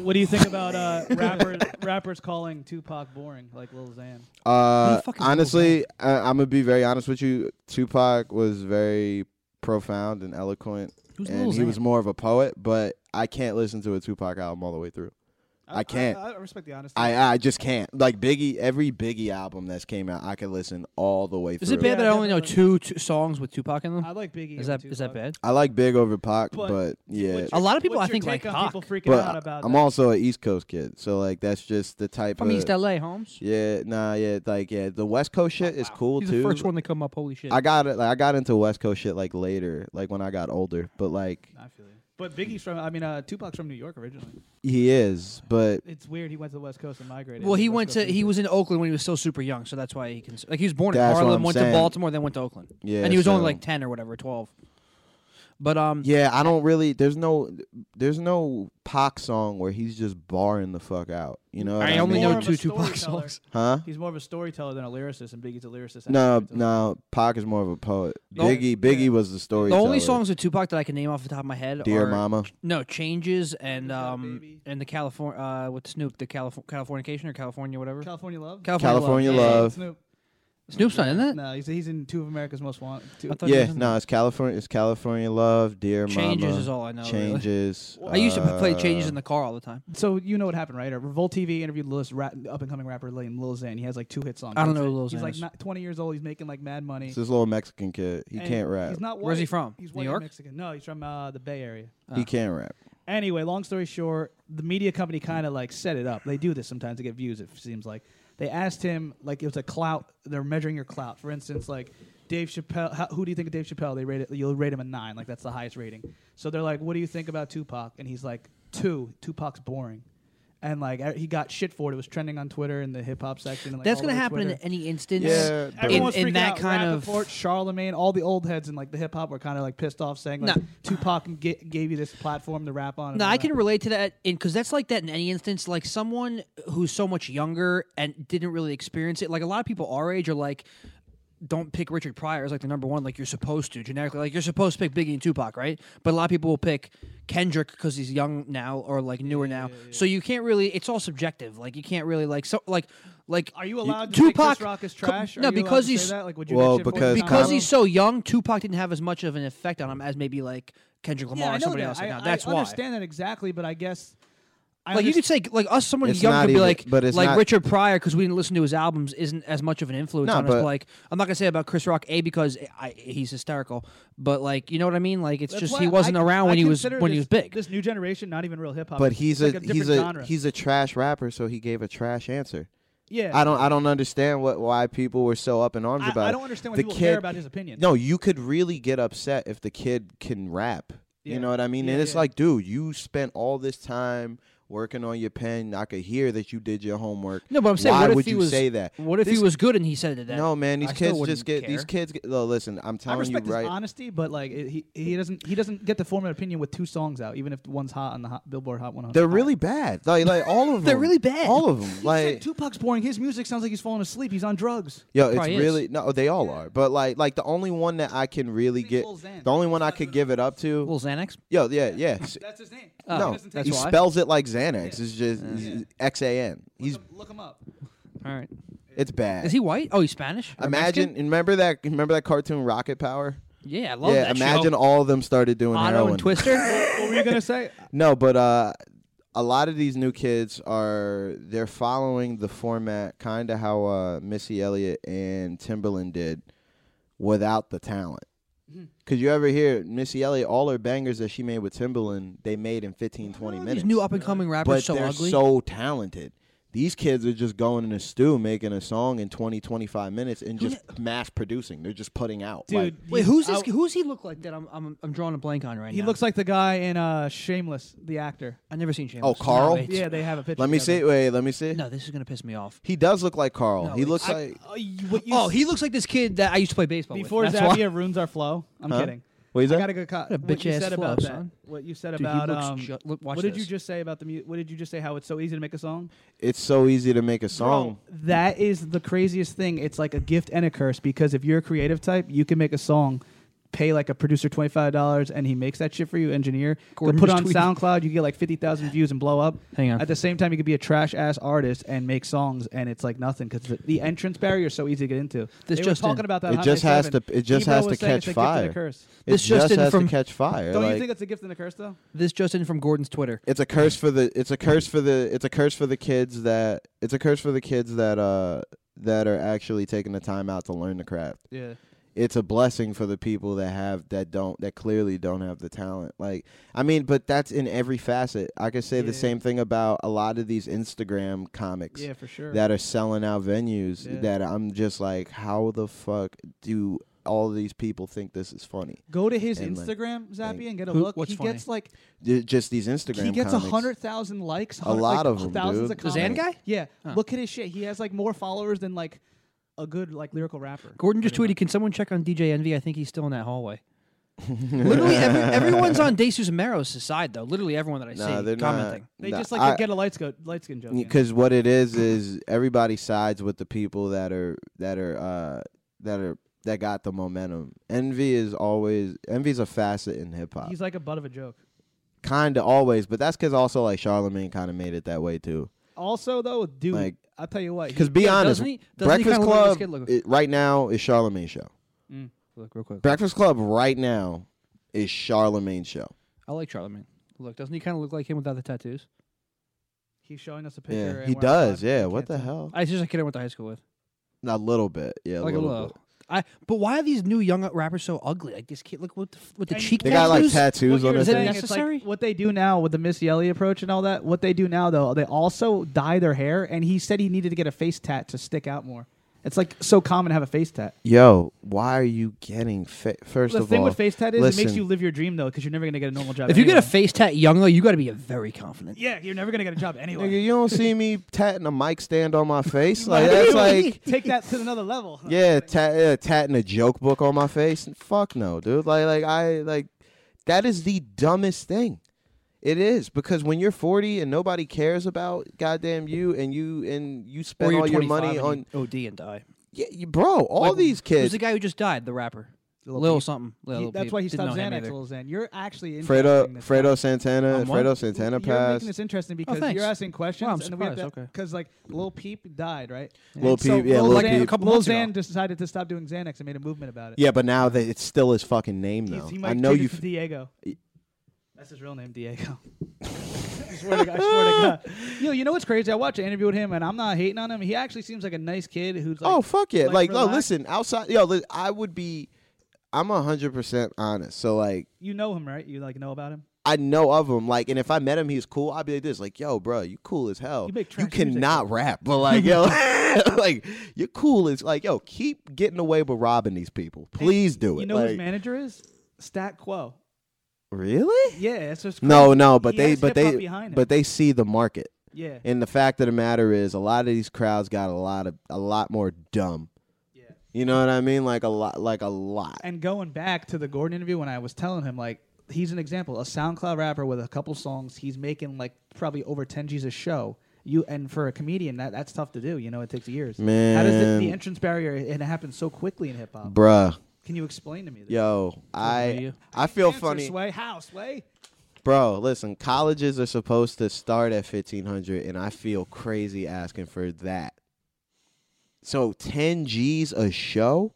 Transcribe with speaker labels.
Speaker 1: what do you think about uh, rappers rappers calling Tupac boring like Lil Xan?
Speaker 2: Uh,
Speaker 3: fuck is Lil
Speaker 2: honestly, uh, I'm gonna be very honest with you. Tupac was very profound and eloquent,
Speaker 3: Who's
Speaker 2: and
Speaker 3: Lil
Speaker 2: he
Speaker 3: Xan?
Speaker 2: was more of a poet. But I can't listen to a Tupac album all the way through. I can't.
Speaker 1: I, I respect the honesty.
Speaker 2: I I just can't. Like Biggie, every Biggie album that's came out, I could listen all the way through.
Speaker 3: Is it bad
Speaker 1: Yeah,
Speaker 3: that I only know
Speaker 1: definitely.
Speaker 3: two, two songs with Tupac in
Speaker 1: I
Speaker 3: them?
Speaker 1: like Biggie.
Speaker 3: Is
Speaker 1: over
Speaker 3: that is that
Speaker 1: Tupac.
Speaker 3: bad?
Speaker 2: I like Big over Pac,
Speaker 1: But-
Speaker 2: but, yeah.
Speaker 1: What's
Speaker 3: A lot of people,
Speaker 1: what's
Speaker 3: I think,
Speaker 1: your
Speaker 3: like
Speaker 1: take on
Speaker 3: Pac,
Speaker 1: people freaking out
Speaker 2: But
Speaker 1: about
Speaker 2: I'm
Speaker 1: that?
Speaker 2: also an East Coast kid, so like that's just the type
Speaker 3: From
Speaker 2: of
Speaker 3: East LA, Holmes.
Speaker 2: yeah, nah, yeah, like yeah, the West Coast shit is cool
Speaker 3: He's
Speaker 2: too.
Speaker 3: the first one to come up. Holy shit!
Speaker 2: I got it. Like, I got into West Coast shit like later, like when I got older. But like
Speaker 1: I feel you. But Biggie's from I mean uh, Tupac's from New York originally.
Speaker 2: he is, but
Speaker 1: It's weird he went to the West Coast and migrated.
Speaker 3: well,
Speaker 1: to
Speaker 3: he
Speaker 1: West
Speaker 3: went to
Speaker 1: Coast
Speaker 3: he
Speaker 1: music.
Speaker 3: was in Oakland when he was still super young, so that's why he can like he was born
Speaker 2: That's
Speaker 3: in
Speaker 2: what
Speaker 3: Harlem,
Speaker 2: I'm
Speaker 3: went to
Speaker 2: saying.
Speaker 3: Baltimore, then went to Oakland,
Speaker 2: yeah,
Speaker 3: and he was only
Speaker 2: so-
Speaker 3: like ten or whatever, twelve. But um,
Speaker 2: yeah. I don't really. There's no. There's no Pac song where he's just barring the fuck out. You know. What
Speaker 3: I
Speaker 2: I,
Speaker 3: only
Speaker 2: mean?
Speaker 1: More
Speaker 3: know
Speaker 1: of
Speaker 3: two
Speaker 1: a
Speaker 3: Tupac
Speaker 1: storyteller.
Speaker 3: songs.
Speaker 2: Huh?
Speaker 1: He's more of a storyteller than a lyricist, and Biggie's a lyricist. and a
Speaker 2: No,
Speaker 1: storyteller.
Speaker 2: no. Pac is more of a poet.
Speaker 3: The-
Speaker 2: Biggie, Biggie was the
Speaker 3: The
Speaker 2: story.
Speaker 3: only songs with Tupac that I can name off the top of my head
Speaker 2: Dear
Speaker 3: are
Speaker 2: Mama.
Speaker 3: no changes and
Speaker 1: Is That a
Speaker 3: um
Speaker 1: Baby?
Speaker 3: and the California uh with Snoop the Calif- Californication or California whatever
Speaker 1: California Love.
Speaker 2: California
Speaker 3: Yeah, yeah, yeah.
Speaker 2: Love.
Speaker 1: Snoop.
Speaker 3: Snoop's not in it.
Speaker 1: No, he's, he's in two of America's Most Wanted. Two.
Speaker 3: I thought he
Speaker 2: Yeah,
Speaker 3: was in
Speaker 2: no, it's California. It's California Love. Dear
Speaker 3: it. changes
Speaker 2: Mama.
Speaker 3: is all I know. really.
Speaker 2: Changes.
Speaker 3: I used to play
Speaker 2: uh,
Speaker 3: changes in the car all the time.
Speaker 1: So you know what happened, right? Uh, Revolt TV interviewed Lil rap, up and coming rapper named Lil Xan. He has like two hit songs.
Speaker 3: I don't
Speaker 1: That's
Speaker 3: know who
Speaker 1: it.
Speaker 3: Lil
Speaker 1: He's
Speaker 3: Xan
Speaker 1: like
Speaker 3: is.
Speaker 1: not 20 years old. He's making like mad money.
Speaker 2: It's this little Mexican kid. He
Speaker 1: And
Speaker 2: can't rap.
Speaker 1: He's not white.
Speaker 3: Where's he from?
Speaker 1: He's
Speaker 3: New
Speaker 1: white and
Speaker 3: York.
Speaker 1: Mexican. No, he's from uh, the Bay Area.
Speaker 2: He can't rap.
Speaker 1: Anyway, long story short, the media company kind of like set it up. They do this sometimes to get views. It seems like they asked him like it was a clout. They're measuring your clout. For instance, like Dave Chappelle. How, who do you think of Dave Chappelle? They rate it. You'll rate him a nine. Like that's the highest rating. So they're like, what do you think about Tupac? And he's like, two. Tupac's boring. And like e- he got shit for it. It was trending on Twitter in the hip hop section. And, like,
Speaker 3: That's
Speaker 1: all
Speaker 3: gonna
Speaker 1: over
Speaker 3: happen in
Speaker 1: Twitter.
Speaker 3: any instance.
Speaker 2: Yeah,
Speaker 3: in-
Speaker 1: Everyone's
Speaker 3: in
Speaker 1: freaking
Speaker 3: that
Speaker 1: out.
Speaker 3: kind of-
Speaker 1: Rappaport, Charlemagne, all the old heads in like the hip hop were kind of like pissed off, saying like
Speaker 3: No.
Speaker 1: Tupac ga- gave you this platform to rap on. and
Speaker 3: No,
Speaker 1: all
Speaker 3: I
Speaker 1: that.
Speaker 3: can relate to that because that's like that in any instance. Like someone who's so much younger and didn't really experience it. Like a lot of people our age are like, don't pick Richard Pryor as like the number one. Like you're supposed to generically. Like you're supposed to pick Biggie and Tupac, right? But a lot of people will pick Kendrick because he's young now or like newer now. So you can't really. It's all subjective. Like you can't really like so like like.
Speaker 1: Are you allowed to Tupac,
Speaker 3: Tupac?
Speaker 1: Chris Rock is
Speaker 3: co-
Speaker 1: trash? Are
Speaker 3: no,
Speaker 1: you allowed
Speaker 3: because
Speaker 1: to say
Speaker 3: he's
Speaker 1: that? Um, Like, would you
Speaker 2: Well,
Speaker 1: get shit for
Speaker 2: because
Speaker 1: that?
Speaker 3: because
Speaker 2: Kanye-
Speaker 3: he's so young. Tupac didn't have as much of an effect on him as maybe like Kendrick Lamar
Speaker 1: yeah, I
Speaker 3: or
Speaker 1: know
Speaker 3: somebody
Speaker 1: that.
Speaker 3: else.
Speaker 1: I,
Speaker 3: Right now.
Speaker 1: I
Speaker 3: That's why.
Speaker 1: understand that exactly, but I guess I
Speaker 3: like you could
Speaker 1: understand-
Speaker 3: say like us someone
Speaker 2: It's
Speaker 3: young
Speaker 2: not
Speaker 3: could be
Speaker 2: even-
Speaker 3: like
Speaker 2: but it's
Speaker 3: like
Speaker 2: not-
Speaker 3: richard pryor because we didn't listen to his albums isn't as much of an influence
Speaker 2: No,
Speaker 3: on us but
Speaker 2: but-
Speaker 3: like i'm not gonna say about chris rock a because I, he's hysterical but like you know what i mean like it's
Speaker 1: That's
Speaker 3: just
Speaker 1: why
Speaker 3: he wasn't
Speaker 1: I-
Speaker 3: around when
Speaker 1: I
Speaker 3: he was
Speaker 1: consider
Speaker 3: when he
Speaker 1: this-
Speaker 3: was big
Speaker 1: This new generation, not even real hip hop.
Speaker 2: But he's
Speaker 1: It's
Speaker 2: a,
Speaker 1: like
Speaker 2: he's a
Speaker 1: different genre.
Speaker 2: he's a trash rapper, so he gave a trash answer.
Speaker 1: yeah.
Speaker 2: I don't I don't understand what why people were so up in arms
Speaker 1: I,
Speaker 2: about.
Speaker 1: I
Speaker 2: it.
Speaker 1: don't understand why
Speaker 2: the
Speaker 1: people
Speaker 2: kid,
Speaker 1: care about his opinion.
Speaker 2: No, you could really get upset if the kid can rap.
Speaker 1: Yeah.
Speaker 2: You know what I mean?
Speaker 1: Yeah,
Speaker 2: and it's
Speaker 1: yeah.
Speaker 2: like, dude, you spent all this time working on your pen. I could hear that you did your homework.
Speaker 3: no but i'm saying
Speaker 2: why
Speaker 3: what if
Speaker 2: would
Speaker 3: he
Speaker 2: you
Speaker 3: was
Speaker 2: say that?
Speaker 3: what if
Speaker 2: This-
Speaker 3: he was good and he said it that
Speaker 2: No, man, these
Speaker 3: I still
Speaker 2: kids
Speaker 3: wouldn't
Speaker 2: just get these
Speaker 3: care.
Speaker 2: kids. Get, no, listen, I'm
Speaker 1: I
Speaker 2: telling
Speaker 1: respect
Speaker 2: you right.
Speaker 1: his honesty, but like it, he he doesn't he doesn't get to form an opinion with two songs out, even if one's hot on the hot, Billboard Hot 100.
Speaker 2: They're really bad. Like, like all of them.
Speaker 3: They're really bad.
Speaker 2: All of them.
Speaker 1: He
Speaker 2: Like
Speaker 1: said Tupac's boring. His music sounds like he's falling asleep. He's on drugs.
Speaker 2: Yo, it's
Speaker 3: Probably is.
Speaker 2: really no. They all are, but like, like the only one that I can really
Speaker 1: Big
Speaker 2: get,
Speaker 1: Lil Xan.
Speaker 2: the only one I could give it up to.
Speaker 3: little xanax
Speaker 2: Yo, yeah, yeah. s-
Speaker 1: That's his name.
Speaker 3: Oh,
Speaker 2: no,
Speaker 3: doesn't take
Speaker 2: he
Speaker 3: it. why.
Speaker 2: spells it like Xanax. It's just X A N. He's
Speaker 1: look him up.
Speaker 3: all right
Speaker 2: it's bad.
Speaker 3: is he white oh he's spanish Or
Speaker 2: imagine,
Speaker 3: Mexican?
Speaker 2: remember that, remember that cartoon Rocket Power?
Speaker 3: yeah i love
Speaker 2: yeah,
Speaker 3: that
Speaker 2: imagine
Speaker 3: show.
Speaker 2: all of them started doing
Speaker 3: otto
Speaker 2: heroin.
Speaker 3: and twister
Speaker 1: What were you gonna say?
Speaker 2: No, but uh, a lot of these new kids are they're following the format, kind of how uh, Missy Elliott and Timberland did, without the talent.
Speaker 3: Mm-hmm.
Speaker 2: Cause you ever hear Missy Elliott, all her bangers that she made with Timberland, they made in 15, 20 minutes.
Speaker 3: these new up and coming rappers
Speaker 2: but
Speaker 3: so
Speaker 2: they're
Speaker 3: ugly
Speaker 2: so talented. These kids are just going in a stew, making a song in 20, 25 minutes, and just mass producing. They're just putting out. like-
Speaker 1: Dude,
Speaker 3: Wait,
Speaker 1: you-
Speaker 3: who's this?
Speaker 1: I-
Speaker 3: who's he look like that? I'm I'm, I'm drawing a blank on right
Speaker 1: He
Speaker 3: now.
Speaker 1: looks like the guy in uh, Shameless, the actor.
Speaker 3: I've never seen James.
Speaker 2: Oh, Carl?
Speaker 1: Yeah, they have a picture.
Speaker 2: let me see.
Speaker 1: together.
Speaker 2: Wait, let me see.
Speaker 3: No, this is gonna piss me off.
Speaker 2: He does look like Carl.
Speaker 3: No,
Speaker 2: he
Speaker 3: it's-
Speaker 2: looks
Speaker 3: I-
Speaker 2: like.
Speaker 1: Uh, you- what you
Speaker 3: Oh,
Speaker 1: s-
Speaker 3: he looks like this kid that I used to play baseball
Speaker 1: before
Speaker 3: with. That's why-
Speaker 1: Xavier ruins our flow. I'm
Speaker 2: Huh?
Speaker 1: kidding.
Speaker 2: What is
Speaker 1: I
Speaker 2: that?
Speaker 1: gotta go. Co-
Speaker 3: a
Speaker 1: what you
Speaker 3: bitch-ass
Speaker 1: said
Speaker 3: flow,
Speaker 1: about
Speaker 3: son.
Speaker 1: that? What you said
Speaker 3: Dude, he
Speaker 1: about
Speaker 3: looks
Speaker 1: um?
Speaker 3: ju- look, watch
Speaker 1: what did you
Speaker 3: this.
Speaker 1: just say about the mu- What did you just say? How it's so easy to make a song?
Speaker 2: It's so easy to make a song.
Speaker 1: Bro, that is the craziest thing. It's like a gift and a curse because if you're a creative type, you can make a song pay like a producer twenty five dollars and he makes that shit for you, engineer. Go
Speaker 3: Gordon
Speaker 1: put
Speaker 3: was
Speaker 1: on
Speaker 3: tweeting.
Speaker 1: SoundCloud, you get like fifty thousand views and blow up.
Speaker 3: Hang on.
Speaker 1: At the same time, you could be a trash ass artist and make songs, and it's like nothing because the, the entrance barrier is so easy to get into.
Speaker 3: This
Speaker 1: they
Speaker 3: just
Speaker 1: were talking
Speaker 3: in.
Speaker 1: about that.
Speaker 2: It
Speaker 1: on
Speaker 2: just
Speaker 1: Highway
Speaker 2: has
Speaker 1: 7.
Speaker 2: to- it just
Speaker 1: Ebro
Speaker 2: has
Speaker 1: was
Speaker 2: to
Speaker 1: saying
Speaker 2: catch
Speaker 1: it's a gift and a
Speaker 2: fire.
Speaker 1: curse.
Speaker 2: It
Speaker 3: This
Speaker 2: just
Speaker 3: Justin
Speaker 2: has
Speaker 3: from-
Speaker 2: to catch fire.
Speaker 1: Don't
Speaker 2: like,
Speaker 1: you think it's a gift and a curse though?
Speaker 3: This just in from Gordon's Twitter.
Speaker 2: it's a curse for the it's a curse for the it's a curse for the kids that it's a curse for the kids that uh that are actually taking the time out to learn the craft.
Speaker 1: Yeah.
Speaker 2: It's a blessing for the people that have that don't that clearly don't have the talent. Like I mean, but that's in every facet. I could say
Speaker 1: Yeah.
Speaker 2: the same thing about a lot of these Instagram comics
Speaker 1: Yeah, for sure.
Speaker 2: that are selling out venues
Speaker 1: Yeah.
Speaker 2: that I'm just like, how the fuck do all these people think this is funny?
Speaker 1: Go to his
Speaker 2: And, like,
Speaker 1: Instagram, Zappy, and get a
Speaker 3: Who-
Speaker 1: look.
Speaker 3: what's
Speaker 1: he
Speaker 3: funny?
Speaker 1: gets like
Speaker 2: Ju- Just these Instagram
Speaker 1: he gets a
Speaker 2: comics.
Speaker 1: hundred thousand likes.
Speaker 2: A
Speaker 1: 100
Speaker 2: lot
Speaker 1: like,
Speaker 2: of 'em,
Speaker 1: thousands
Speaker 2: dude.
Speaker 1: of
Speaker 2: The
Speaker 1: comments.
Speaker 3: Zan guy?
Speaker 1: Yeah.
Speaker 3: Huh.
Speaker 1: Look at his shit. He has like more followers than like a good like lyrical rapper.
Speaker 3: Gordon just
Speaker 1: Pretty
Speaker 3: tweeted, "Can someone check on DJ Envy? I think he's still in that hallway." Literally, every, everyone's on Jesus Mero's side though. Literally, everyone that I
Speaker 2: Nah,
Speaker 3: see
Speaker 2: they're not-
Speaker 3: commenting.
Speaker 1: They
Speaker 2: Nah,
Speaker 1: just like
Speaker 2: I-
Speaker 1: to get a light skin light skin joke. in.
Speaker 2: because what it is is everybody sides with the people that are that are uh that are that got the momentum. Envy is always envy's a facet in hip hop,
Speaker 1: He's like a butt of a joke.
Speaker 2: kind of always, but that's because also like Charlemagne kind of made it that way too.
Speaker 1: Also though, dude,
Speaker 2: Like-
Speaker 1: I'll tell you what. he-
Speaker 2: Because be
Speaker 3: Yeah,
Speaker 2: honest,
Speaker 3: doesn't he- doesn't he
Speaker 2: Breakfast
Speaker 3: kinda look like this
Speaker 2: Club
Speaker 3: kid look-
Speaker 2: it- right now is Charlemagne's show.
Speaker 3: Look real quick.
Speaker 2: Breakfast Club right now is Charlemagne's show.
Speaker 3: I like Charlemagne. Look, doesn't he kind of look like him without the tattoos?
Speaker 1: he's showing us a picture.
Speaker 2: Yeah,
Speaker 1: and
Speaker 2: he
Speaker 1: we're
Speaker 2: does.
Speaker 1: outside.
Speaker 2: Yeah,
Speaker 1: You can't
Speaker 2: what the
Speaker 1: tell.
Speaker 2: hell?
Speaker 3: I it's just a kid I went to high school with.
Speaker 2: A little bit. Yeah,
Speaker 3: like
Speaker 2: a little, bit.
Speaker 3: little. I. But why are these new young rappers so ugly? Like this kid. Look what the, f- with the
Speaker 1: And
Speaker 3: cheek
Speaker 2: They got like
Speaker 3: tattoos.
Speaker 2: tattoos
Speaker 1: What
Speaker 2: on
Speaker 1: you're
Speaker 2: their
Speaker 3: Is it
Speaker 1: saying,
Speaker 2: face.
Speaker 1: it's like
Speaker 3: necessary?
Speaker 1: what they do now with the Missy Elliott approach and all that, what they do now though, they also dye their hair. And he said he needed to get a face tat to stick out more. It's like so common to have a face tat.
Speaker 2: Yo, why are you getting fa- first
Speaker 1: the
Speaker 2: of
Speaker 1: thing
Speaker 2: all?
Speaker 1: with face tat is it
Speaker 2: listen,
Speaker 1: makes you live your dream though, because you're never gonna get a normal job.
Speaker 3: if you get a
Speaker 1: anyway.
Speaker 3: face tat young though, you got to be a very confident.
Speaker 1: yeah, you're never gonna get a job anyway.
Speaker 2: Nigga, you don't see me tatting a mic stand on my face.
Speaker 1: might
Speaker 2: Like
Speaker 1: be
Speaker 2: that's
Speaker 1: doing
Speaker 2: like
Speaker 1: Take that to another level.
Speaker 2: yeah, ta- yeah, tatting a joke book on my face. Fuck no, dude. Like like I like that is the dumbest thing. It is because when you're 40 and nobody cares about goddamn you and you and you
Speaker 3: Or
Speaker 2: spend
Speaker 3: you're
Speaker 2: all your
Speaker 3: 25
Speaker 2: money
Speaker 3: and
Speaker 2: on
Speaker 3: you OD and die.
Speaker 2: yeah, you, bro, all
Speaker 3: Like,
Speaker 2: these
Speaker 3: Who's
Speaker 2: kids.
Speaker 3: the guy who just died? The rapper. Little, something. Little
Speaker 1: He- that's
Speaker 3: Peep.
Speaker 1: why he
Speaker 3: Didn't know
Speaker 1: stopped
Speaker 3: him
Speaker 1: Xanax,
Speaker 3: either.
Speaker 1: little Xan. You're actually interesting
Speaker 2: Fredo
Speaker 1: this time.
Speaker 2: Fredo Santana,
Speaker 3: I'm what?
Speaker 2: Fredo Santana
Speaker 1: You're making
Speaker 2: passed.
Speaker 1: this interesting because
Speaker 3: Oh, thanks.
Speaker 1: you're asking questions.
Speaker 3: Wow, I'm
Speaker 1: and then we have
Speaker 3: surprised.
Speaker 1: to-
Speaker 3: Okay.
Speaker 1: Cause like Lil Peep died, right?
Speaker 2: Lil
Speaker 1: And so
Speaker 2: Peep, yeah,
Speaker 1: Lil
Speaker 2: Lil
Speaker 1: Xan,
Speaker 2: Peep.
Speaker 3: A couple
Speaker 1: Lil
Speaker 3: months ago.
Speaker 1: Xan just decided to stop doing Xanax and made a movement about it.
Speaker 2: Yeah, but now that it's still his fucking name
Speaker 1: He's-
Speaker 2: though.
Speaker 1: he might
Speaker 2: I know
Speaker 1: change it
Speaker 2: you
Speaker 1: to Diego. That's his real name, Diego. I swear to God. I swear to God. Yo, you know what's crazy? I watched an interview with him, and I'm not hating on him. He actually seems like a nice kid who's like,
Speaker 2: oh fuck yeah!
Speaker 1: like,
Speaker 2: Like, no,
Speaker 1: relax.
Speaker 2: listen, outside, yo, li- I would be, I'm a hundred percent honest. So like,
Speaker 1: you know him, right? You like know about him.
Speaker 2: I know of him. Like, and if I met him, he's cool. I'd be like this, like, yo, bro, you cool as hell.
Speaker 1: You make trash music,
Speaker 2: cannot rap, but like, yo, like, you're cool as like, yo, keep getting away with robbing these people. Please do it.
Speaker 1: You know who
Speaker 2: like,
Speaker 1: his manager is? Stat Quo.
Speaker 2: really?
Speaker 1: Yeah, that's what's crazy.
Speaker 2: No, no, but
Speaker 1: He
Speaker 2: they,
Speaker 1: has
Speaker 2: but
Speaker 1: hip-hop
Speaker 2: they,
Speaker 1: behind him.
Speaker 2: but they see the market.
Speaker 1: yeah,
Speaker 2: And the fact of the matter is, a lot of these crowds got a lot of a lot more dumb.
Speaker 1: yeah.
Speaker 2: You know what I mean? Like a lot, like a lot.
Speaker 1: And going back to the Gordon interview, when I was telling him like he's an example, a SoundCloud rapper with a couple songs, he's making like probably over ten G's a show. You and for a comedian, that that's tough to do. You know, it takes years. how does the, the
Speaker 2: Man.
Speaker 1: entrance barrier? It happens so quickly in hip hop.
Speaker 2: Bruh.
Speaker 1: Can you explain to me? This?
Speaker 2: Yo, I
Speaker 3: media.
Speaker 2: I feel
Speaker 1: Answer,
Speaker 2: funny,
Speaker 1: Sway, how Sway?
Speaker 2: bro. Listen, colleges are supposed to start at fifteen hundred, and I feel crazy asking for that. So ten G's a show?